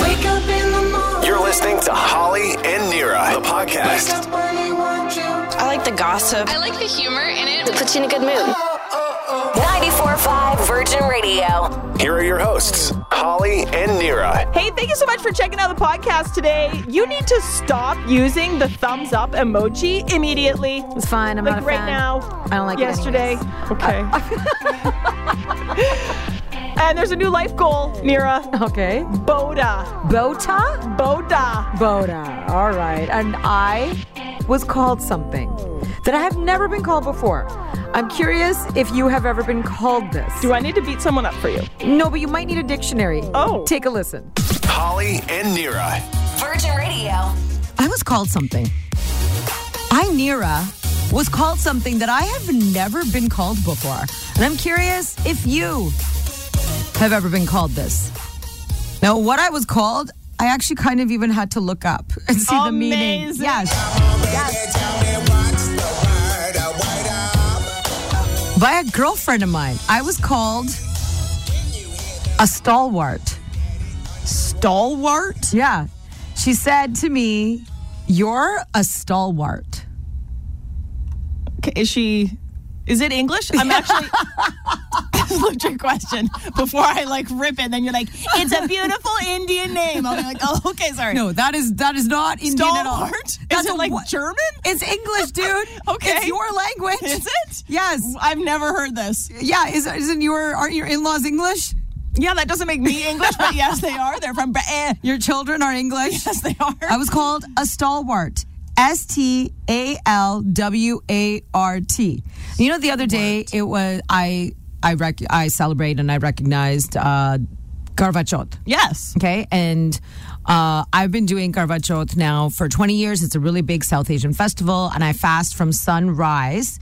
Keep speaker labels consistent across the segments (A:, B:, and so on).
A: Wake up in the morning.
B: You're listening to Holly and Nira, the
A: Wake
B: podcast.
A: up when you want you.
C: I like the gossip.
D: I like the humor in it.
E: puts you in a good mood.
F: 94.5 Virgin Radio.
B: Here are your hosts, Holly and Nira.
G: Hey, thank you so much for checking out the podcast today. You need to stop using the thumbs up emoji immediately.
C: It's fine. I'm
G: Like
C: not a
G: right
C: fan.
G: now.
C: I don't like it
G: yesterday.
C: anyways.
G: Okay. and there's a new life goal, Nira.
C: Okay.
G: Boda.
C: Bota?
G: Boda.
C: Bota. All right. And I was called something that I have never been called before. I'm curious if you have ever been called this.
G: Do I need to beat someone up for you?
C: no, but you might need a dictionary.
G: Oh.
C: Take a listen.
B: Holly and Nira.
F: Virgin Radio.
H: I was called something. I, Nira, was called something that I have never been called before. And I'm curious if you have ever been called this. Now, what I was called, I actually kind of even had to look up and see the meaning.
G: Amazing.
H: Yes. Yes. By a girlfriend of mine, I was called a stalwart.
G: Stalwart?
H: Yeah. She said to me, You're a stalwart.
G: Okay, Is she. Is it English? I'm actually. Looked your question before I like rip it. Then you're like, it's a beautiful Indian name. I'll be like, oh, okay, sorry.
H: No, that is that is not Indian at all.
G: Stalwart? Is
H: That's
G: it
H: a
G: like
H: what-
G: German?
H: It's English, dude.
G: Okay.
H: It's your language.
G: Is it?
H: Yes.
G: I've never heard this.
H: Yeah, is isn't your aren't your in-laws English?
G: Yeah, that doesn't make me English, but yes, they are. They're from. Bra- eh.
H: Your children are English?
G: Yes, they are.
H: I was called a stalwart. S T A L W A R T. You know, the other day it was I I rec- I celebrate and I recognized uh, Garvachot.
G: yes.
H: Okay. And uh, I've been doing Garvachot now for 20 years. It's a really big South Asian festival, and I fast from sunrise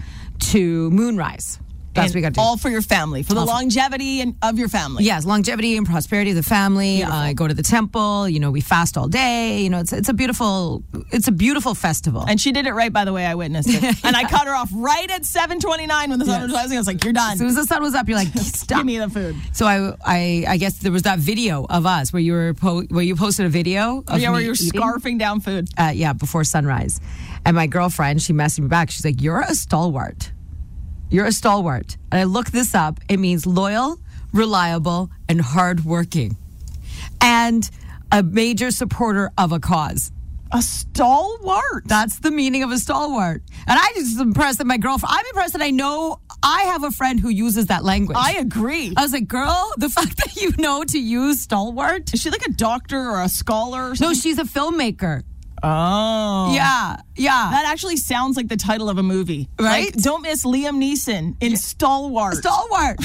H: to moonrise. That's what we got to do.
G: all for your family, for the longevity and of your family.
H: Yes, longevity and prosperity of the family. Uh, I go to the temple. You know, we fast all day. You know, it's it's a beautiful it's a beautiful festival.
G: And she did it right, by the way. I witnessed it, and I cut her off right at 7:29 when the sun was rising. I was like, "You're done.
H: as soon as the sun was up, you're like, stop.
G: Give me the food."
H: So I, I, I guess there was that video of us where you were po- where you posted a video. Of
G: yeah, where
H: me
G: you're
H: eating.
G: scarfing down food.
H: uh, yeah, before sunrise. And my girlfriend, she messaged me back. She's like, You're a stalwart. You're a stalwart. And I looked this up. It means loyal, reliable, and hardworking. And a major supporter of a cause.
G: A stalwart.
H: That's the meaning of a stalwart. And I just was impressed that my girlfriend, I'm impressed that I know I have a friend who uses that language.
G: I agree.
H: I was like, girl, the fact that you know to use stalwart.
G: Is she like a doctor or a scholar? Or
H: No,
G: something?
H: she's a filmmaker.
G: Oh.
H: Yeah, yeah.
G: That actually sounds like the title of a movie, Like,
H: Right?
G: don't miss Liam Neeson in Stalwart.
H: Stalwart.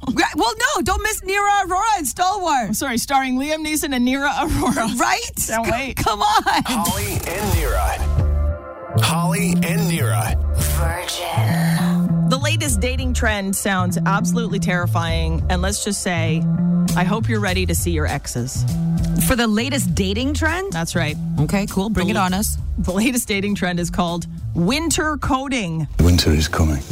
H: Right, well, no, don't miss Nira Aurora and Stalwart.
G: Sorry, starring Liam Neeson and Nira Aurora.
H: Right?
G: Can't wait.
H: Come on.
B: Holly and Nira. Holly and Nira.
F: Virgin.
G: The latest dating trend sounds absolutely terrifying, and let's just say, I hope you're ready to see your exes.
H: For the latest dating trend?
G: That's right.
H: Okay, cool. Bring it on us.
G: The latest dating trend is called winter coding.
I: Winter is coming.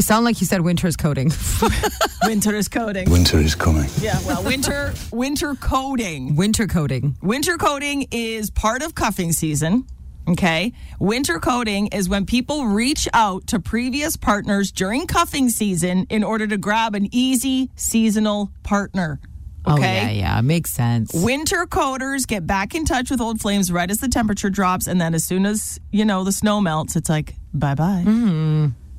H: Sound like you said winter's coding.
G: Winter is coding.
I: Winter is coming.
G: Yeah, well, winter winter coding.
H: Winter coding.
G: Winter coding is part of cuffing season. Okay. Winter coding is when people reach out to previous partners during cuffing season in order to grab an easy seasonal partner. Okay.
H: Oh, yeah, yeah. Makes sense.
G: Winter coders get back in touch with old flames right as the temperature drops. And then as soon as, you know, the snow melts, it's like, bye bye.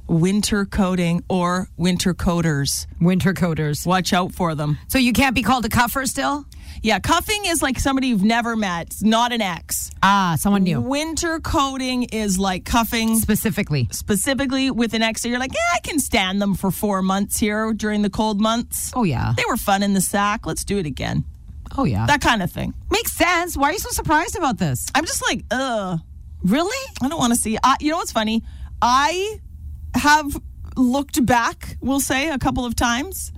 G: Winter coding or winter coders.
H: Winter coders.
G: Watch out for them.
H: So you can't be called a cuffer still?
G: Yeah. Cuffing is like somebody you've never met, not an ex.
H: Ah, someone new.
G: Winter coding is like cuffing
H: Specifically.
G: specifically with an ex. So you're like, yeah, I can stand them for four months here during the cold months.
H: Oh, yeah.
G: They were fun in the sack. Let's do it again.
H: Oh, yeah.
G: That kind of thing.
H: makes sense. Why are you so surprised about this?
G: I'm just like, ugh,
H: Really?
G: I don't want to see. I, you know what's funny? I have looked back, we'll say, a couple of times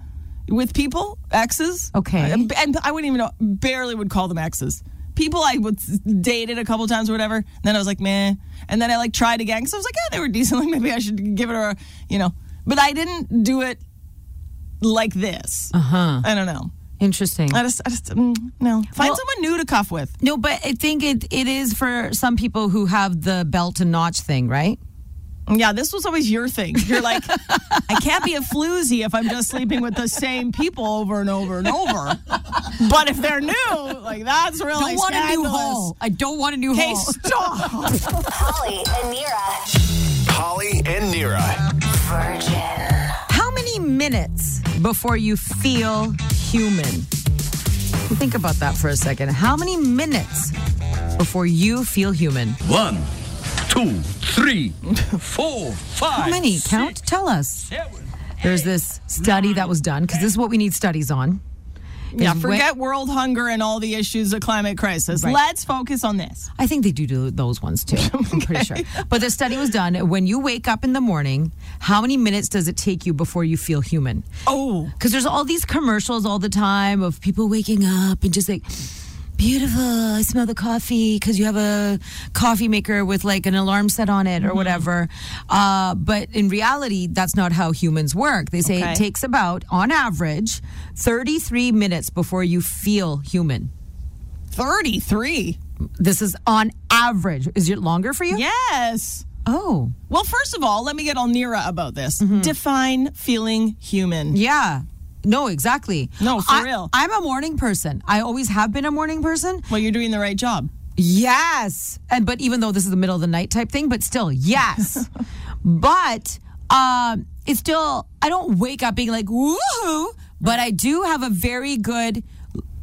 G: with people, exes.
H: Okay.
G: And, and I wouldn't even know, barely would call them exes. People I would dated a couple times or whatever. And then I was like, meh. And then I like tried again because I was like, yeah, they were decent. Like maybe I should give it a, you know. But I didn't do it like this. Uh huh. I don't know.
H: Interesting.
G: I just, I just mm, no. Find
H: Uh-huh. Well-
G: someone new to cuff with.
H: No, but I think it, it is for some people who have the belt and notch thing, right?
G: Yeah, this was always your thing. You're like, I can't be a floozy if I'm just sleeping with the same people over and over and over. But if they're new, like that's really
H: Don't want a new
G: scandalous.
H: hole. I don't want a new
G: Okay,
H: hole.
G: stop.
F: Holly and Nira.
B: Holly and Nira.
F: Virgin.
H: How many minutes before you feel human? Think about that for a second. How many minutes before you feel human?
D: One, two, three, four, five.
H: How many? Count? Tell us. There's this study that was done because this is what we need studies on.
G: Yeah,
H: Is
G: forget
H: when-
G: world hunger and all the issues of climate crisis.
H: Right.
G: Let's focus on this.
H: I think they do do those ones too. I'm pretty sure. But the study was done when you wake up in the morning. How many minutes does it take you before you feel human?
G: Oh,
H: Because there's all these commercials all the time of people waking up and just like, beautiful, I smell the coffee because you have a coffee maker with like an alarm set on it or
G: Mm-hmm.
H: whatever. Uh, but in reality, that's not how humans work. They say
G: Okay.
H: it takes about, on average, 33 minutes before you feel human.
G: 33.
H: This is on average. Is it longer for you?
G: Yes.
H: Oh,
G: Well, first of all, let me get all Nira about this. Define feeling human.
H: Mm-hmm. yeah. No, exactly.
G: No, for
H: I-
G: real.
H: I'm a morning person. I always have been a morning person.
G: Well, you're doing the right job.
H: Yes. And but even though this is the middle of the night type thing, but still, yes. but um it's still I don't wake up being like woohoo, but I do have a very good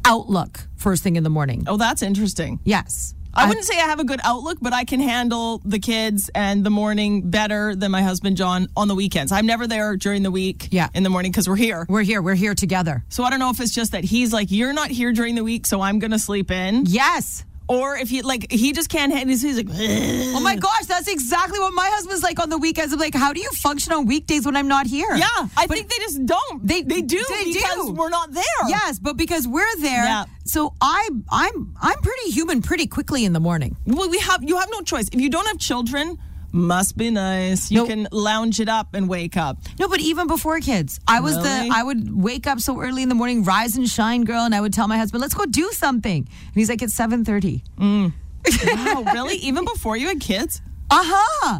H: outlook first thing in the morning.
G: Oh, that's interesting.
H: Yes.
G: I wouldn't say I have a good outlook, but I can handle the kids and the morning better than my husband John on the weekends. I'm never there during the week
H: Yeah.
G: in the morning because we're here.
H: we're here, we're here together.
G: So I don't know if it's just that he's like, you're not here during the week, so I'm going to sleep in.
H: Yes.
G: Or if he, like, he just can't handle He's like,
H: Oh my gosh, that's exactly what my husband's like on the weekends. I'm like, how do you function on weekdays when I'm not here?
G: yeah, I
H: But-
G: think they just don't.
H: They-
G: they do
H: they do.
G: because we're not there.
H: Yes, but because we're there,
G: Yeah.
H: so I I'm I'm pretty human pretty quickly in the morning.
G: Well, we have you have no choice. If you don't have children, must be nice. You
H: No.
G: can lounge it up and wake up.
H: No, but even before kids, I was
G: Really?
H: the I would wake up so early in the morning, rise and shine, girl, and I would tell my husband, "Let's go do something," and he's like, "It's 7.30.
G: Wow, really? Even before you had kids?
H: Uh huh.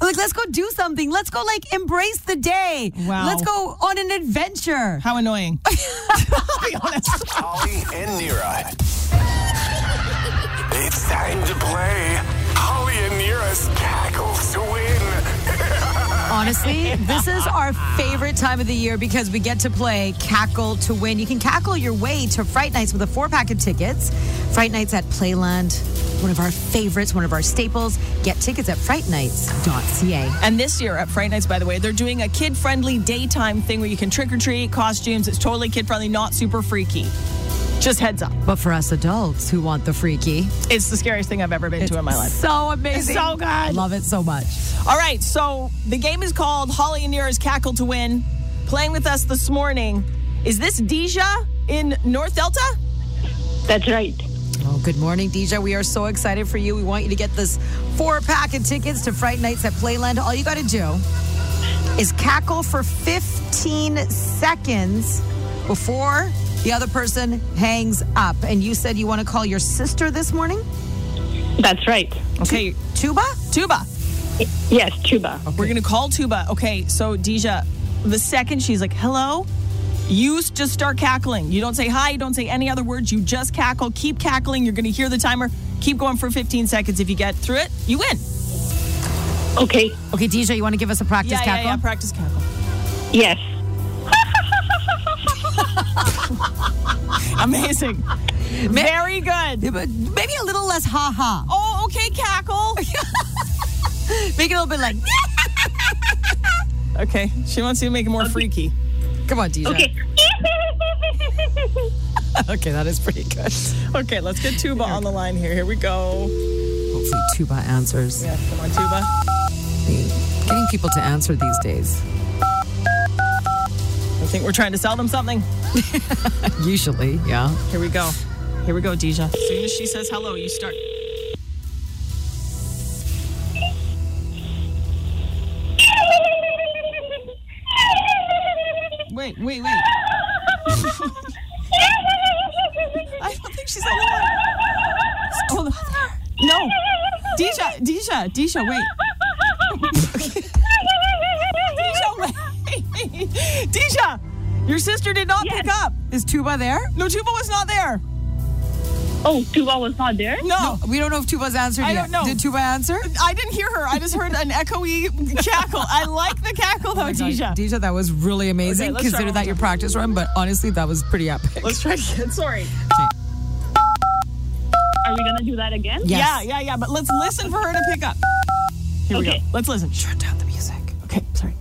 H: Like, let's go do something. Let's go like embrace the day.
G: Wow.
H: Let's go on an adventure.
G: How annoying. I'll be honest.
B: Holly and Nira. it's time to play Holly and Nira's Cackles to Win.
H: Honestly, this is our favorite time of the year because we get to play Cackle to Win. You can cackle your way to Fright Nights with a four pack of tickets. Fright Nights at Playland, one of our favorites, one of our staples. Get tickets at frightnights.ca.
G: And this year at Fright Nights, by the way, they're doing a kid friendly daytime thing where you can trick or treat, costumes. It's totally kid friendly, not super freaky. Just heads up.
H: But for us adults who want the freaky,
G: It's the scariest thing I've ever been to in my life.
H: so amazing.
G: It's so good.
H: Love it so much.
G: All right, so the game is called Holly and Nira's Cackle to Win. Playing with us this morning is this Deja in North Delta?
E: That's right.
H: Oh, good morning, Deja. We are so excited for you. We want you to get this four pack of tickets to Fright Nights at Playland. All you got to do is cackle for 15 seconds before the other person hangs up. And you said you want to call your sister this morning?
E: That's right.
G: Okay,
H: Tuba?
G: Tuba.
E: Yes, tuba.
G: We're gonna call Tuba. Okay, so Deja, the second she's like, hello, you s- just start cackling. You don't say hi, you don't say any other words, you just cackle, keep cackling, you're gonna hear the timer, keep going for 15 seconds. If you get through it, you win.
E: Okay.
H: Okay, Deja, you want to give us a practice
G: Yeah, yeah,
H: cackle?
G: yeah, practice cackle.
E: Yes.
G: Amazing. Very good.
H: but maybe a little less ha ha.
G: Oh, okay, cackle.
H: Make it a little bit like,
G: Okay, she wants you to make it more freaky.
H: come on, Deja.
E: Okay.
H: okay, that is pretty good.
G: Okay, let's get Tuba on the line here. Here we go.
H: Hopefully, Tuba answers.
G: Yeah, come on, Tuba.
H: Getting people to answer these days,
G: I think we're trying to sell them something.
H: usually, yeah.
G: Here we go. Here we go, Deja. As soon as she says hello, you start. Wait, wait, wait. Disha, Disha, wait. Disha, wait. Disha, your sister did not pick
E: Yes.
G: up.
H: Is Tuba there?
G: No, Tuba was not there.
E: Oh, Tuba was not there?
G: No.
H: We don't know if Tuba's answered
G: I
H: yet.
G: don't know.
H: Did Tuba answer?
G: I didn't hear her. I just heard an echoey cackle. I like the cackle
E: Oh
G: though, Disha.
H: Deja, that was really amazing.
G: Okay, let's try
H: Consider
G: one
H: that
G: more
H: your practice run, but honestly, that was pretty epic.
G: Let's try again. Sorry.
E: Are we going to do that again?
G: Yeah, yeah, yeah. But let's listen for her to pick up. Here we
E: Okay.
G: go. Let's listen. Shut down the music. Okay, sorry.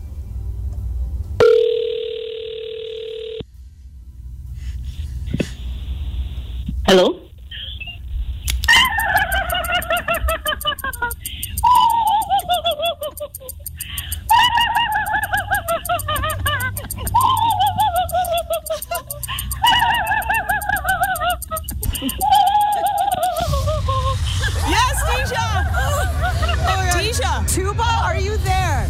E: Hello?
G: Yes, Deja. Oh Deja.
H: Tuba, are you there?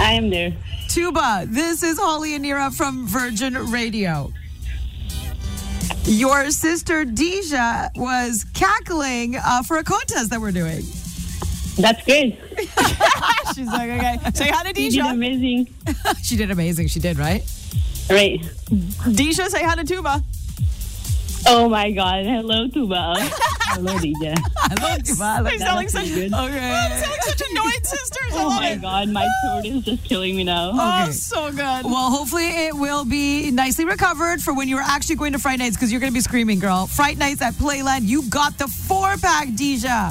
E: I am there.
H: Tuba, this is Holly and Nira from Virgin Radio. Your sister Deja was cackling uh, for a contest that we're doing.
E: That's good.
G: She's like, okay. Say hi to
E: You did
G: Deja.
E: amazing.
H: She did amazing. She did, right?
E: Right.
G: Deja, say hi to Tuba.
E: Oh my God. Hello, Tuba. Hello, DJ.
H: Hello, Tuba. I love
G: They're
H: that.
G: selling such,
E: pretty good.
G: I'm selling such annoyed sisters. I
E: Oh
G: love
E: my
G: it.
E: God. My throat is just killing me now.
G: Oh,
H: Okay.
G: so good.
H: Well, hopefully it will be nicely recovered for when you are actually going to Fright Nights because you're going to be screaming, girl. Fright Nights at Playland. You got the four pack, Deja.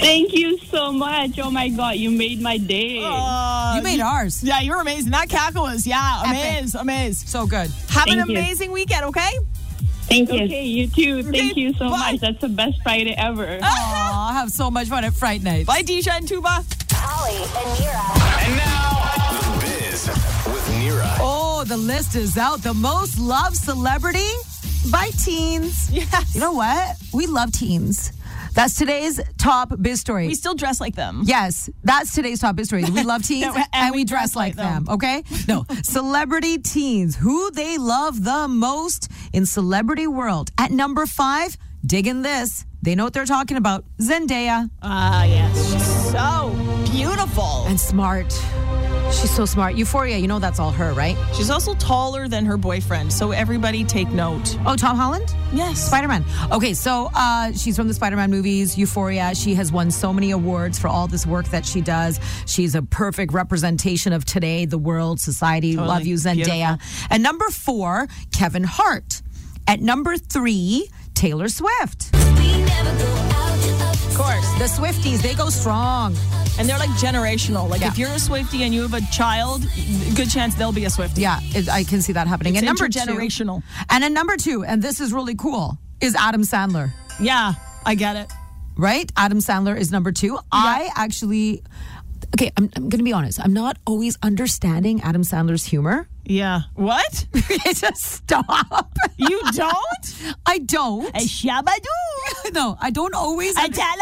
E: Thank you so much. Oh my God. You made my day.
H: you made ours.
G: Uh, yeah, you're amazing. That cackle was, yeah,
H: Epic.
G: amazed, amazed.
H: So good.
G: Have an
E: Thank you.
G: amazing weekend, okay?
E: Thank you. Okay, you too. Thank
G: Okay,
E: you so
G: bye.
E: much. That's the best Friday ever.
H: Aw, have so much fun at Fright Nights.
G: Bye, Deja and Tuba.
F: Holly and Nira.
B: And now, The Biz with Nira.
H: Oh, the list is out. The most loved celebrity by teens.
G: Yes.
H: You know what? We love teens. That's today's top biz story.
G: We still dress like them.
H: Yes, that's today's top history. We love teens
G: No,
H: and, we dress, like them. Okay, no celebrity teens who they love the most in celebrity world. At number five, digging this, they know what they're talking about. Zendaya
G: Ah, yes. She's so beautiful.
H: and smart. She's so smart. Euphoria, you know that's all her, right?
G: She's also taller than her boyfriend, so everybody take note.
H: Oh, Tom Holland.
G: Yes.
H: Spider Man. Okay, so uh, she's from the Spider Man movies, Euphoria. She has won so many awards for all this work that she does. She's a perfect representation of today, the world, society. Love you, Zendaya. And number four, Kevin Hart. At number three, Taylor Swift.
F: We never go out to
G: Of course.
H: The Swifties, they go strong.
G: And they're like generational. Like
H: Yeah.
G: if you're a Swifty and you have a child, good chance they'll be a Swifty.
H: Yeah, it, I can see that happening.
G: It's
H: and number
G: intergenerational.
H: two, and a number two, and this is really cool, is Adam Sandler.
G: Yeah, I get it.
H: right? Adam Sandler is number two. I actually, okay, I'm, I'm going to be honest. I'm not always understanding Adam Sandler's humor.
G: Yeah. What?
H: Just stop.
G: You don't?
H: I don't.
G: A shabadoo.
H: no, I don't always.
G: A tala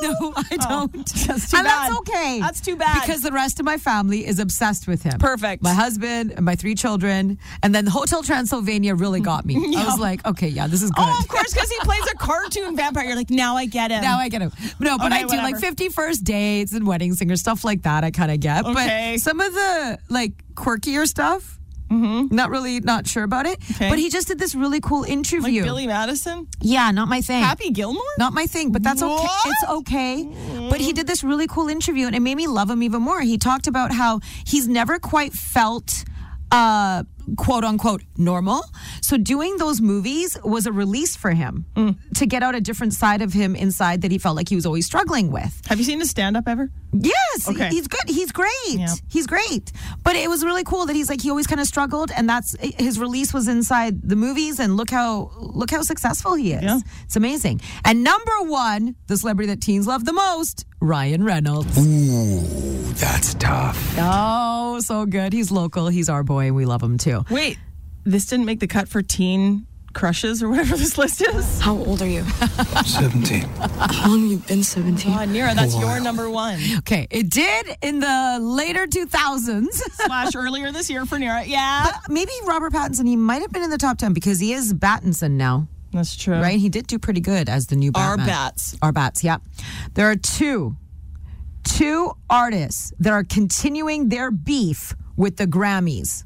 H: no, I don't.
G: Oh, that's too bad.
H: and that's okay.
G: That's too bad.
H: Because the rest of my family is obsessed with him.
G: Perfect.
H: My husband and my three children. And then Hotel Transylvania really got me. I was like, okay, yeah, this is good.
G: Oh, of course, because he plays a cartoon vampire. You're like, now I get it.
H: Now I get him. No, but
G: Okay,
H: I do like
G: whatever.
H: 51st dates and wedding singers, stuff like that. I kind of get.
G: Okay.
H: But some of the like quirkier stuff, not really, not sure about it.
G: Mm-hmm. Okay.
H: But he just did this really cool
G: like
H: interview.
G: Billy Madison,
H: yeah, not my thing.
G: Happy Gilmore.
H: Not my thing, but that's okay.
G: What?
H: It's okay. But he did this really cool interview and it made me love him even more. He talked about how he's never quite felt uh quote unquote normal. So doing those movies was a release for him to get out a different side of him inside that he felt like he was always struggling with.
G: Have you seen his stand up ever?
H: Yes,
G: Okay.
H: he's good. He's great.
G: Yeah.
H: He's great. But it was really cool that he's like he always kind of struggled and that's his release was inside the movies and look how look how successful he is.
G: Yeah.
H: It's amazing. And number 1, the celebrity that teens love the most, Ryan Reynolds.
G: Mm.
D: That's tough.
H: Oh, so good. He's local. He's our boy. We love him too.
G: Wait, this didn't make the cut for teen crushes or whatever this list is.
I: How old are you?
D: 17.
I: How long have you been 17?
G: Oh, Nira, that's your number one.
H: Okay, it did in the later 2000s.
G: Slash earlier this year for Nira. Yeah.
H: Maybe Robert Pattinson, he might have been in the top 10 because he is Battinson now.
G: That's true.
H: right? He did do pretty good as the new Batman.
G: Arbats.
H: Arbats, yeah. There are two, two artists that are continuing their beef with the Grammys.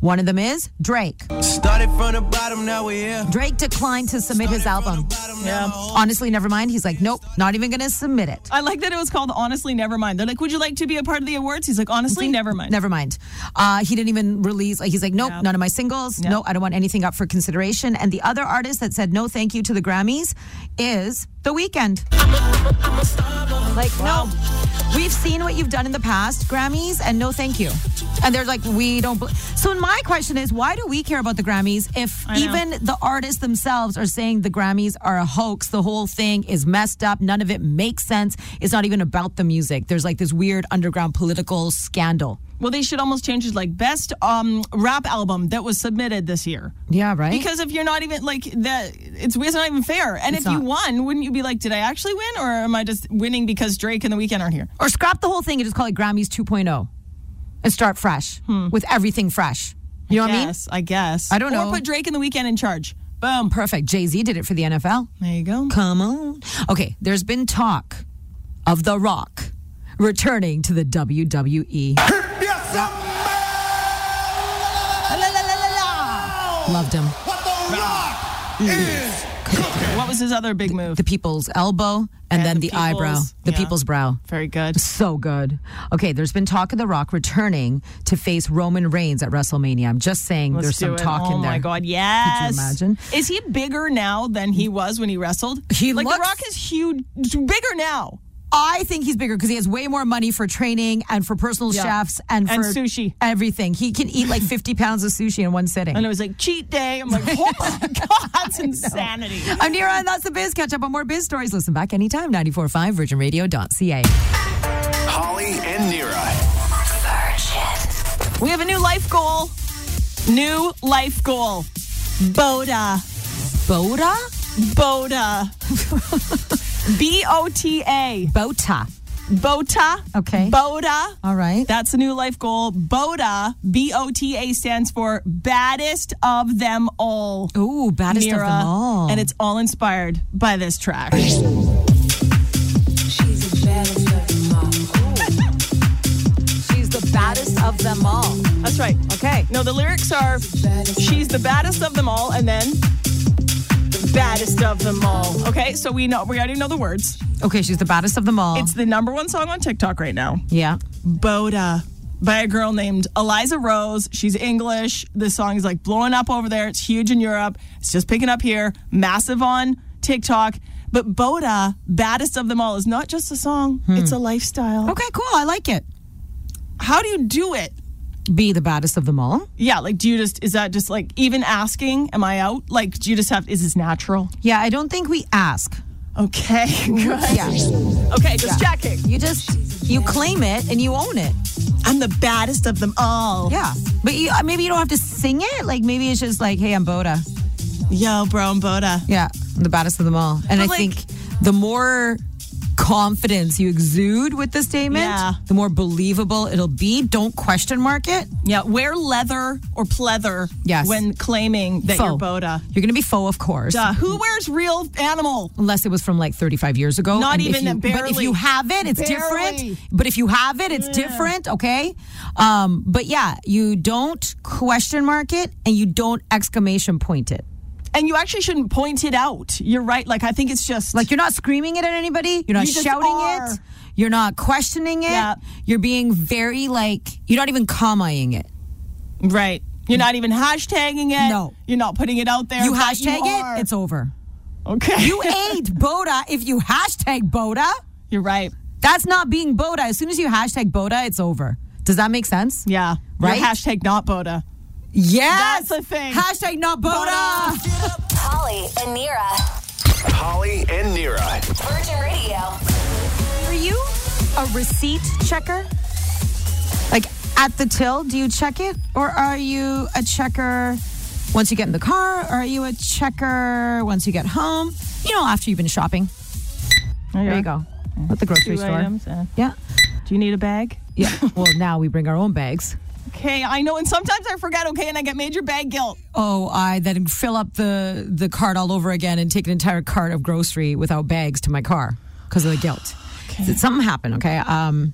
H: One of them is Drake.
J: Started from the bottom, now we're here.
H: Drake declined to submit his album.
G: Yeah.
H: Honestly, never mind. He's like, nope, not even going to submit it.
G: I like that it was called Honestly Nevermind. They're like, would you like to be a part of the awards? He's like, honestly, nevermind.
H: Never mind. Uh, he didn't even release. Like, he's like, nope, none of my singles. No, I don't want anything up for consideration. And the other artist that said no, thank you to the Grammys, is The Weeknd. Like, no, we've seen what you've done in the past, Grammys, and no, thank you. And they're like, we don't. Bl-. So my question is, why do we care about the Grammys if
G: know.
H: even the artists themselves are saying the Grammys are a hoax? The whole thing is messed up. None of it makes sense. It's not even about the music. There's like this weird underground political scandal.
G: Well, they should almost change it like best um, rap album that was submitted this year.
H: Yeah, right.
G: Because if you're not even like that, it's it's not even fair. And if you
H: not.
G: won, wouldn't you be like, did I actually win, or am I just winning because Drake and the Weekend aren't here?
H: or scrap the whole thing and just call it Grammys 2.0 and start fresh with everything fresh. You know what I mean?
G: Hmm. Yes, I guess.
H: I don't
G: Or
H: know.
G: put Drake and the Weekend in charge. Boom.
H: Perfect. Jay Z did it for the NFL.
G: There you go.
H: Come on. Okay, there's been talk of The Rock returning to the E. WWE. Loved him.
G: What was his other big move?
H: The people's elbow and, then the, eyebrow,
G: people's-
H: the
G: yeah.
H: people's brow.
G: Very good.
H: So good. Okay, there's been talk of The Rock returning to face Roman Reigns at WrestleMania. I'm just saying
G: Let's
H: there's
G: do
H: some
G: it.
H: talk
G: oh
H: in there.
G: my God! Yes.
H: imagine?
G: Is he bigger now than he was when he wrestled?
H: He
G: like
H: looks-
G: the Rock is huge, bigger now.
H: I think he's bigger because he has way more money for training and for personal
G: Yeah.
H: chefs and for
G: And sushi.
H: Everything. He can eat like 50 pounds of sushi in one sitting.
G: And it was like cheat day. I'm like, oh my God, that's insanity.
H: I'm Nira, and that's the biz. Catch up on more biz stories. Listen back anytime. 94.5 virginradio.ca.
B: Holly and Nira.
G: We have a new life goal. New life goal. Boda.
H: Boda?
G: Boda. B O T A.
H: Bota.
G: Bota.
H: Okay.
G: Boda.
H: All right.
G: That's the new life goal. Boda. B O T A stands for baddest of them all.
H: Ooh, baddest of
G: Mira.
H: them all.
G: And it's all inspired by this track.
H: she's the baddest of them all.
G: That's right.
H: Okay.
G: No, the lyrics are She's the baddest of them all, and then the baddest of them all. Okay, so we know we already know the words.
H: Okay, she's the baddest of them all.
G: It's the number one song on TikTok right now.
H: yeah.
G: Boda by a girl named Eliza Rose. She's English. This song is like blowing up over there. It's huge in Europe. It's just picking up here. Massive on TikTok. But Boda, baddest of them all, is not just a song, it's a lifestyle.
H: Okay, cool. I like it.
G: How do you do it?
H: Be the baddest of them all.
G: Yeah, like, do you just, is that just like even asking, am I out? Like, do you just have, is this natural?
H: Yeah, I don't think we ask.
G: Okay, good.
H: Yeah.
G: Okay, just checking.
H: You just, you claim it and you own it.
G: I'm the baddest of them all.
H: Yeah, but you, uh, maybe you don't have to sing it. Like maybe it's just like, hey, I'm Boda.
G: Yo, bro, I'm Boda.
H: Yeah, I'm the baddest of them all.
G: But,
H: And I
G: like-
H: think the more confidence you exude with the statement,
G: Yeah.
H: the more believable it'll be. Don't question mark it.
G: Yeah, wear leather or pleather
H: Yes.
G: when claiming that you're
H: Faux.
G: Boda.
H: You're gonna be faux, of course.
G: Duh, uh, who wears real animal?
H: Unless it was from like 35 years ago.
G: Not
H: And if
G: even
H: you-
G: that,
H: But if
G: barely.
H: you have it, it's
G: Barely.
H: different. But if you have it, it's different. Okay. Um, but yeah, you don't question mark it and you don't exclamation point it.
G: And you actually shouldn't point it out. You're right. Like, I think it's just
H: Like you're not screaming it at anybody. You're not
G: You just
H: shouting
G: are.
H: it. You're not questioning it.
G: Yeah.
H: You're being very like you're not even commaing it.
G: right. You're not even hashtagging it.
H: No.
G: You're not putting it out there.
H: You
G: but
H: hashtag
G: you are.
H: it, it's over.
G: okay.
H: You ain't Boda if you hashtag Boda.
G: You're right.
H: That's not being Boda. As soon as you hashtag Boda, it's over. Does that make sense?
G: Yeah. You're
H: Right?
G: hashtag not Boda. That's
H: Yes.
G: the thing.
H: Hashtag not Boda.
F: Holly and Nira.
B: Holly and Nira.
F: Virgin Radio.
H: Are you a receipt checker? Like at the till, do you check it? Or are you a checker once you get in the car? Or are you a checker once you get home? You know, after you've been shopping. There you go. At the
G: Two
H: grocery store.
G: items. uh,
H: Yeah.
G: do you need a bag?
H: Yeah. well, now we bring our own bags.
G: okay. I know. And sometimes I forget, okay, and I get major bag guilt.
H: Oh, I then fill up the the cart all over again and take an entire cart of grocery without bags to my car because of the guilt. Did Something happened. Okay. Um,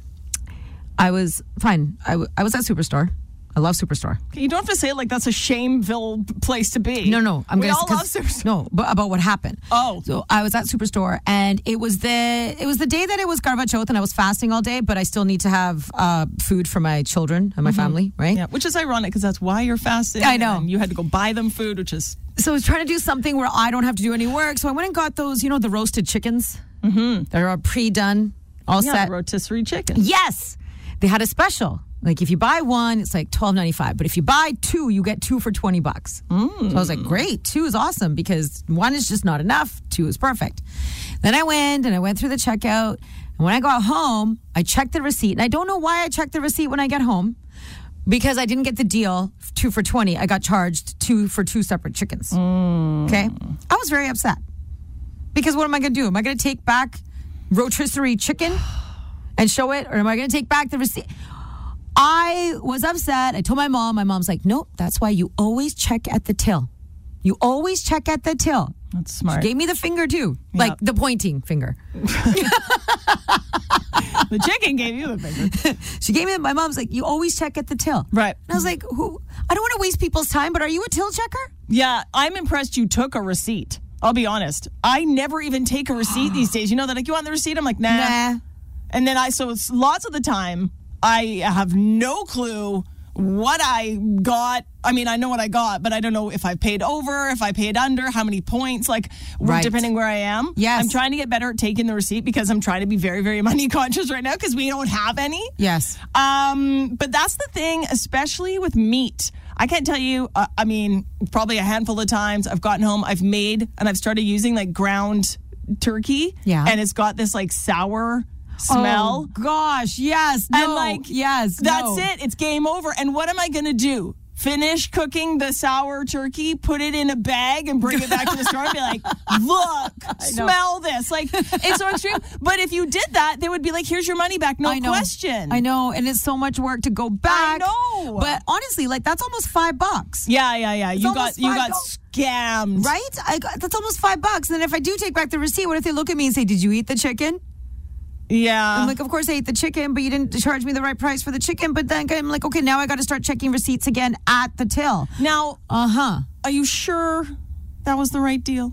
H: I was fine. I, w- I was at Superstore. I love Superstore.
G: You don't have to say it like that's a shameville place to be.
H: No, no. I'm
G: we
H: gonna
G: all love
H: 'cause-
G: Superstore.
H: No, but about what happened.
G: Oh.
H: So I was at Superstore and it was the it was the day that it was Garbachoth and I was fasting all day, but I still need to have uh, food for my children and my family, right?
G: Mm-hmm. Yeah, which is ironic because that's why you're fasting.
H: I know.
G: and you had to go buy them food, which is
H: So I was trying to do something where I don't have to do any work. So I went and got those, you know, the roasted chickens. Mm-hmm. They're all pre-done, all
G: yeah,
H: set.
G: the rotisserie chicken.
H: Yes, they had a special. Like if you buy one, it's like twelve ninety five. But if you buy two, you get two for twenty bucks. So I was like, great, two is awesome because one is just not enough. Two is perfect. Then I went and I went through the checkout. And when I got home, I checked the receipt. And I don't know why I checked the receipt when I get home because I didn't get the deal two for twenty. I got charged two for two separate chickens. Okay, I was very upset because what am I going to do? Am I going to take back rotisserie chicken? and show it, or am I going to take back the receipt? I was upset. I told my mom. My mom's like, nope, that's why you always check at the till. You always check at the till.
G: That's smart.
H: She gave me the finger too, like the pointing finger.
G: the chicken gave you the finger.
H: She gave me. My mom's like, you always check at the till.
G: Right.
H: And I was like, who? I don't want to waste people's time, but are you a till checker?
G: Yeah, I'm impressed you took a receipt. I'll be honest. I never even take a receipt these days. You know, they're like, you want the receipt? I'm like, nah.
H: Nah.
G: And then I, so it's lots of the time, I have no clue what I got. I mean, I know what I got, but I don't know if I paid over, if I paid under, how many points, like w-
H: Right.
G: depending where I am.
H: Yes.
G: I'm trying to get better at taking the receipt because I'm trying to be very, very money conscious right now because we don't have any.
H: Yes.
G: Um, but that's the thing, especially with meat. I can't tell you. Uh, I mean, probably a handful of times I've gotten home, I've made, and I've started using like ground turkey.
H: Yeah.
G: and it's got this like sour smell.
H: Oh, gosh. Yes. No.
G: and like
H: yes.
G: that's
H: no.
G: it. It's game over. And what am I gonna do? Finish cooking the sour turkey, put it in a bag, and bring it back to the store and be like, "Look, smell this!" Like it's so extreme. But if you did that, they would be like, "Here's your money back, no
H: I know.
G: question."
H: I know, and it's so much work to go back.
G: know.
H: But honestly, like that's almost five bucks.
G: Yeah, yeah, yeah. you got
H: almost
G: you got
H: five
G: scammed.
H: Right? I got, that's almost five bucks. And then if I do take back the receipt, what if they look at me and say, Did you eat the chicken?
G: Yeah.
H: I'm like, Of course I ate the chicken, but you didn't charge me the right price for the chicken. But then I'm like, Okay, now I got to start checking receipts again at the till.
G: now,
H: Uh huh.
G: are you sure that was the right deal?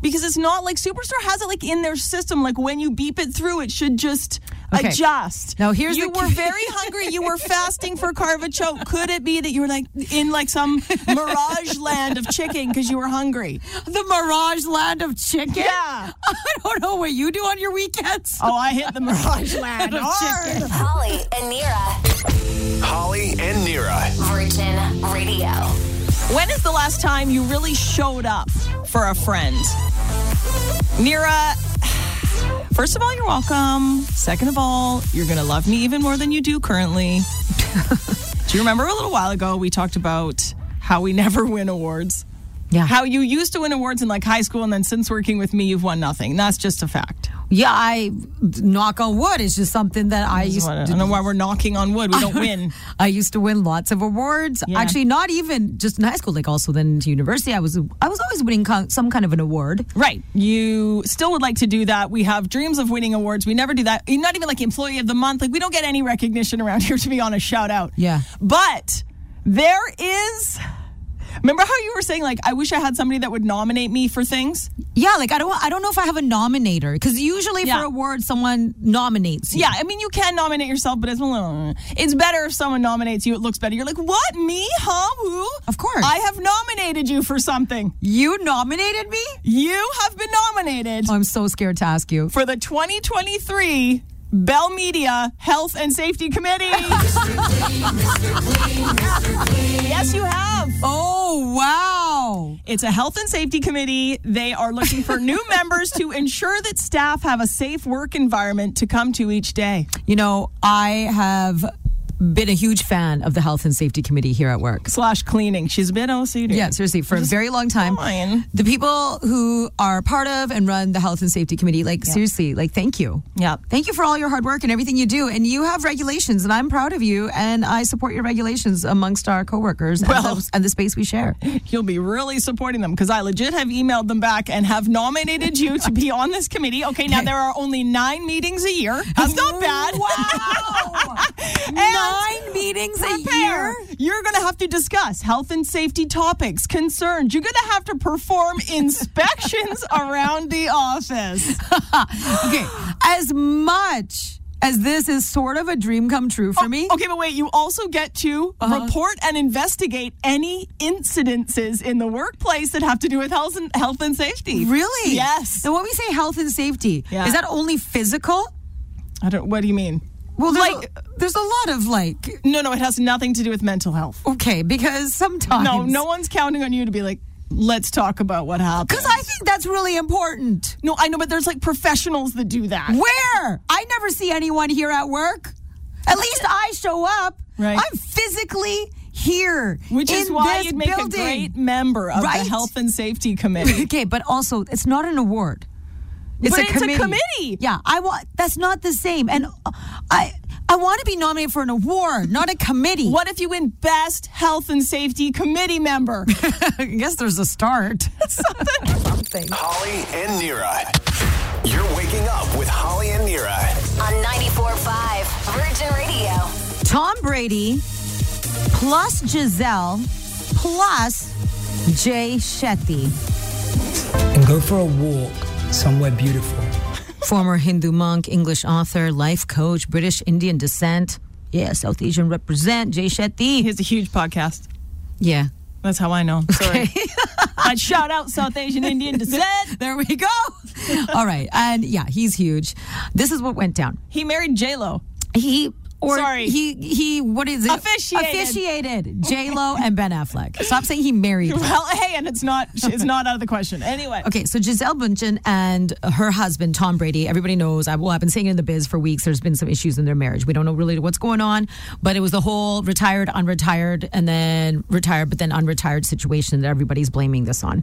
G: Because it's not like Superstore has it like in their system. Like when you beep it through, it should just
H: Okay.
G: adjust.
H: Now, here's
G: you
H: the-
G: were very hungry. You were fasting for carva choke. Could it be that you were like in like some mirage land of chicken because you were hungry?
H: The Mirage Land of Chicken?
G: Yeah.
H: I don't know what you do on your weekends.
G: Oh, I hit the mirage land of chicken.
F: Holly and Nira.
B: Holly and Nira.
F: Virgin Radio.
G: When is the last time you really showed up for a friend? Nira, first of all, you're welcome. Second of all, you're going to love me even more than you do currently. do you remember a little while ago we talked about how we never win awards?
H: Yeah.
G: How you used to win awards in like high school, and then since working with me, you've won nothing. That's just a fact.
H: Yeah, I knock on wood. It's just something that I used
G: I
H: to
G: don't know why we're knocking on wood. We don't win.
H: I used to win lots of awards.
G: Yeah.
H: Actually, not even just in high school, like also then into university, I was I was always winning con- some kind of an award.
G: Right. You still would like to do that. We have dreams of winning awards. We never do that. You're not even like employee of the month. Like we don't get any recognition around here to be honest. Shout out.
H: Yeah.
G: But there is Remember how you were saying like I wish I had somebody that would nominate me for things?
H: Yeah, like I don't I don't know if I have a nominator because usually
G: Yeah.
H: for awards someone nominates. you.
G: Yeah, I mean you can nominate yourself, but it's mm, it's better if someone nominates you. It looks better. You're like, "What? Me? Huh? Who?"
H: Of course.
G: I have nominated you for something.
H: you nominated me.
G: You have been nominated.
H: Oh, I'm so scared to ask you.
G: for the 2023 Bell Media Health and Safety Committee. yes, you have.
H: Oh wow!
G: It's a health and safety committee. They are looking for new members to ensure that staff have a safe work environment to come to each day.
H: You know I have been a huge fan of the Health and Safety Committee here at work.
G: slash cleaning. She's been OCD.
H: Yeah, seriously, for a very long time.
G: fine.
H: The people who are part of and run the Health and Safety Committee, like seriously, like thank you.
G: Yep.
H: Thank you for all your hard work and everything you do. And you have regulations, and I'm proud of you. And I support your regulations amongst our coworkers and
G: Well-
H: the- and the space we share.
G: You'll be really supporting them because I legit have emailed them back and have nominated you to be on this committee. Okay, now there are only nine meetings a year. That's not bad.
H: Wow. Nine meetings a
G: prepare.
H: year.
G: You're going to have to discuss health and safety topics, concerns. You're going to have to perform inspections around the office.
H: Okay. As much as this is sort of a dream come true for me.
G: Oh, Okay, but wait, you also get to
H: Uh-huh.
G: report and investigate any incidences in the workplace that have to do with health and, health and safety.
H: Really?
G: Yes.
H: And when we say health and safety,
G: Yeah.
H: is that only physical?
G: I don't what do you mean?
H: Well, there's
G: Like-
H: a, there's a lot of like
G: No, no, it has nothing to do with mental health.
H: okay because sometimes
G: No, no one's counting on you to be like, let's talk about what happened.
H: because I think that's really important.
G: No, I know, but there's like professionals that do that.
H: Where I never see anyone here at work. At least I show up.
G: Right.
H: I'm physically here,
G: Which is
H: in
G: why
H: this
G: you'd make
H: building.
G: a great member of
H: Right?
G: the Health and Safety Committee.
H: Okay, but also it's not an award. It's
G: But
H: a
G: it's a
H: committee.
G: committee.
H: Yeah, I want. That's not the same. And uh, I I want to be nominated for an award, not a committee.
G: what if you win Best Health and Safety Committee Member?
H: I guess there's a start.
B: Holly and Nira. You're waking up with Holly and Nira.
F: on 94.5 Virgin Radio.
H: Tom Brady plus Giselle plus Jay Shetty,
K: and go for a walk somewhere beautiful.
H: former Hindu monk, English author, life coach, British Indian descent. Yeah, South Asian represent Jay Shetty.
G: Here's a huge podcast.
H: Yeah.
G: That's how I know. Sorry. I shout out South Asian Indian descent.
H: There we go. All right. And yeah, he's huge. This is what went down.
G: He married J Lo.
H: He or
G: Sorry.
H: he he what is it?
G: Officiated.
H: Officiated J Lo and Ben Affleck. Stop saying he married. them.
G: Well, hey, and it's not it's not out of the question. Anyway.
H: Okay, so Giselle Bundchen and her husband Tom Brady. Everybody knows. I well, I've been saying it in the biz for weeks. There's been some issues in their marriage. We don't know really what's going on, but it was the whole retired, unretired, and then retired, but then unretired situation that everybody's blaming this on.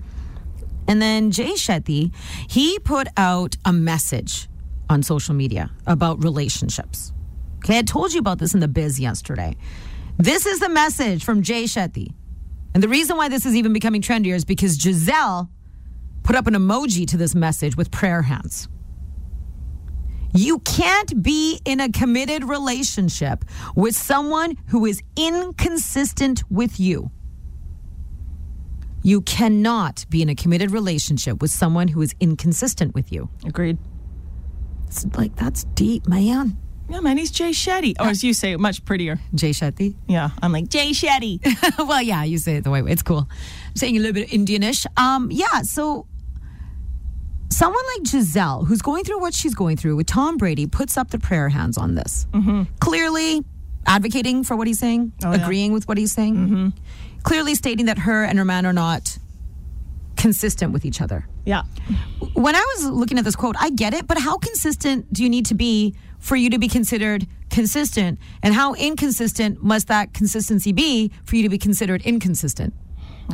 H: And then Jay Shetty, he put out a message on social media about relationships. Okay, I told you about this in the biz yesterday. This is the message from Jay Shetty. And the reason why this is even becoming trendier is because Giselle put up an emoji to this message with prayer hands. You can't be in a committed relationship with someone who is inconsistent with you. You cannot be in a committed relationship with someone who is inconsistent with you.
G: Agreed.
H: It's like, that's deep, man.
G: Yeah, man, he's Jay Shetty. Or as you say, much prettier.
H: Jay Shetty.
G: Yeah. I'm like, Jay Shetty.
H: well, yeah, you say it the way it's cool. I'm saying a little bit Indianish. Um, yeah, so someone like Giselle, who's going through what she's going through with Tom Brady, puts up the prayer hands on this. Clearly advocating for what he's saying, agreeing with what he's saying. Clearly stating that her and her man are not consistent with each other.
G: yeah.
H: When I was looking at this quote, I get it, but how consistent do you need to be for you to be considered consistent? And how inconsistent must that consistency be for you to be considered inconsistent?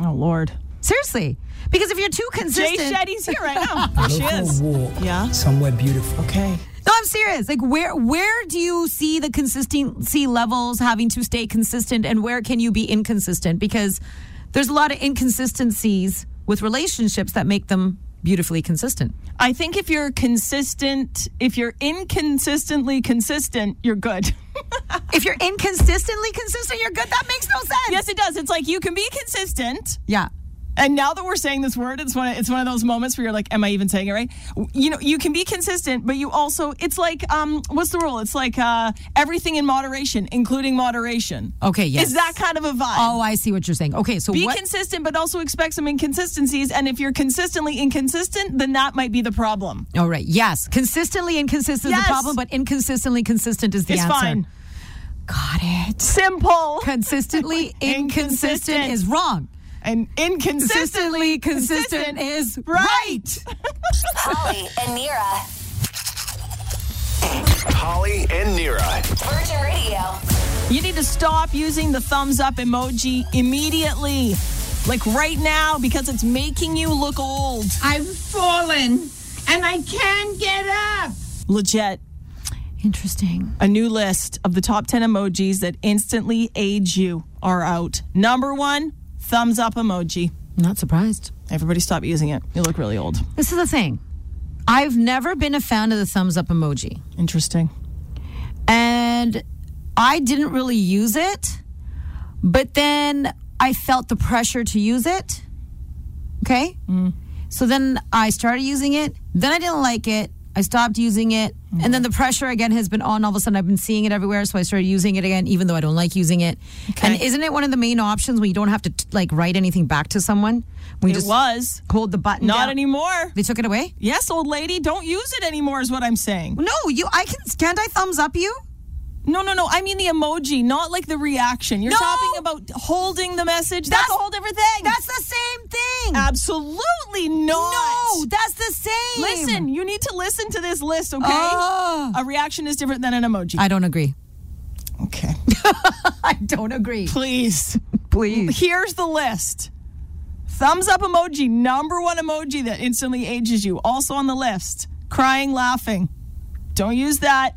G: Oh Lord.
H: Seriously. Because if you're too
G: Jay
H: consistent.
G: Shetty's here right now. There
K: Go
G: she
K: for
G: is.
K: a walk
G: Yeah.
K: somewhere beautiful.
G: Okay.
H: No, I'm serious. Like where where do you see the consistency levels having to stay consistent and where can you be inconsistent? Because there's a lot of inconsistencies with relationships that make them beautifully consistent.
G: I think if you're consistent, if you're inconsistently consistent, you're good.
H: If you're inconsistently consistent, you're good. That makes no sense.
G: yes, it does. It's like you can be consistent.
H: Yeah.
G: And now that we're saying this word, it's one of, it's one of those moments where you're like, am I even saying it right? You know, you can be consistent, but you also it's like um what's the rule? It's like uh everything in moderation, including moderation.
H: Okay, yes.
G: Is that kind of a vibe?
H: Oh, I see what you're saying. Okay, so
G: be
H: what?
G: consistent, but also expect some inconsistencies. And if you're consistently inconsistent, then that might be the problem.
H: All right. Yes, consistently inconsistent is
G: Yes.
H: the problem, but inconsistently consistent is the
G: it's
H: answer.
G: fine.
H: Got it.
G: Simple
H: Consistently inconsistent
G: Inconsistent.
H: is wrong.
G: and inconsistent.
H: Consistently
G: consistent
H: consistent is
G: right.
H: right.
F: Holly and Nira.
B: Holly and Nira.
F: Virgin Radio.
G: You need to stop using the thumbs up emoji immediately. Like right now, because it's making you look old.
L: I've fallen and I can't get up.
G: Legit.
H: Interesting.
G: A new list of the top 10 emojis that instantly age you are out. Number one, thumbs up emoji.
H: Not surprised.
G: Everybody stop using it. You look really old.
H: This is the thing. I've never been a fan of the thumbs up emoji.
G: Interesting.
H: And I didn't really use it, but then I felt the pressure to use it. Okay? Mm. So then I started using it. Then I didn't like it. I stopped using it. Mm.
G: Mm-hmm.
H: And then the pressure again has been on. All of a sudden, I've been seeing it everywhere. So I started using it again, even though I don't like using it. Okay. And isn't it one of the main options when you don't have to like write anything back to someone?
G: We it just was.
H: Hold the button.
G: Not
H: down.
G: anymore.
H: They took it away?
G: Yes, old lady. Don't use it anymore, is what I'm saying.
H: No, you, I can, can't I thumbs up you?
G: No, no, no. I mean the emoji, not like the reaction. You're
H: no!
G: talking about holding the message. That's, that's, a whole different thing.
H: That's the same thing.
G: Absolutely not.
H: No, that's the same.
G: Listen, you need to listen to this list, okay?
H: Oh.
G: A reaction is different than an emoji.
H: I don't agree.
G: Okay.
H: I don't agree.
G: Please.
H: Please.
G: Here's the list. Thumbs up emoji, number one emoji that instantly ages you. Also on the list, crying, laughing. Don't use that.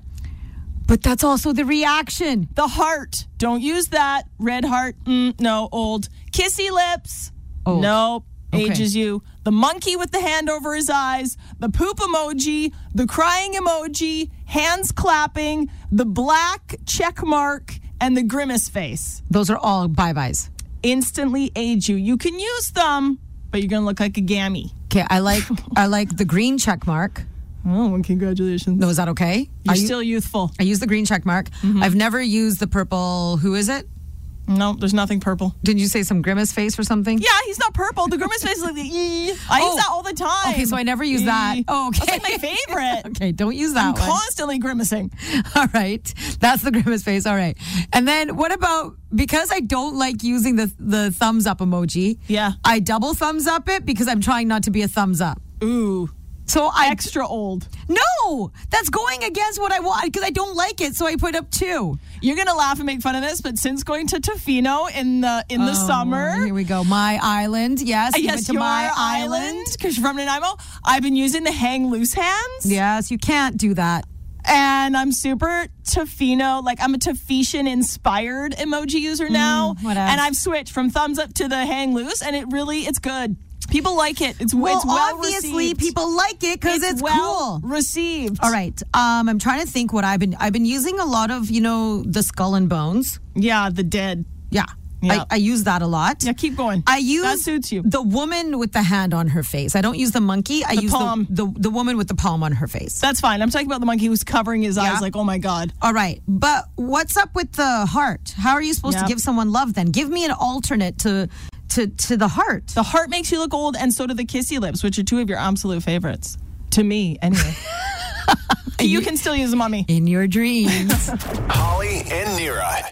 H: But that's also the reaction.
G: The heart. Don't use that. Red heart. Mm, no, old. Kissy lips.
H: Old.
G: Nope. Okay. Ages you. The monkey with the hand over his eyes. The poop emoji. The crying emoji. Hands clapping. The black check mark. And the grimace face.
H: Those are all bye byes.
G: Instantly age you. You can use them, but you're going to look like a gammy.
H: Okay, I like I like the green check mark.
G: Oh, well, congratulations.
H: No, is that okay?
G: You're Are you, still youthful.
H: I use the green check mark. Mm-hmm. I've never used the purple. Who is it?
G: No, there's nothing purple.
H: Did you say some grimace face or something?
G: Yeah, he's not purple. The grimace face is like the ee. I oh. use that all the time.
H: Okay, so I never use ee. that. Oh, okay.
G: That's like my favorite.
H: okay, don't use that
G: I'm
H: one.
G: constantly grimacing.
H: All right. That's the grimace face. All right. And then what about because I don't like using the the thumbs up emoji?
G: Yeah.
H: I double thumbs up it because I'm trying not to be a thumbs up.
G: Ooh.
H: So I
G: extra old.
H: No, that's going against what I want because I don't like it. So I put up two.
G: You're gonna laugh and make fun of this, but since going to Tofino in the in the
H: oh,
G: summer,
H: here we go. My island, yes.
G: Uh,
H: you
G: yes,
H: went to
G: your
H: my island
G: because you're from Nanaimo. I've been using the hang loose hands.
H: Yes, you can't do that.
G: And I'm super Tofino, like I'm a Tofishan inspired emoji user now.
H: Mm, what else?
G: and I've switched from thumbs up to the hang loose, and it really it's good. People like it. It's
H: well,
G: it's well
H: obviously
G: received.
H: people like it because it's,
G: it's well
H: cool.
G: Received.
H: All right. Um, I'm trying to think what I've been. I've been using a lot of you know the skull and bones.
G: Yeah, the dead.
H: Yeah.
G: Yeah.
H: I, I use that a lot.
G: Yeah, keep going.
H: I use
G: that suits you.
H: The woman with the hand on her face. I don't use the monkey. I
G: The
H: use
G: palm.
H: The, the the woman with the palm on her face.
G: That's fine. I'm talking about the monkey who's covering his
H: Yeah.
G: eyes, like, oh my god.
H: All right, but what's up with the heart? How are you supposed
G: Yeah.
H: to give someone love then? Give me an alternate to to to the heart.
G: The heart makes you look old, and so do the kissy lips, which are two of your absolute favorites. To me, anyway. you can still use them on me.
H: In your dreams.
B: Holly and Nira.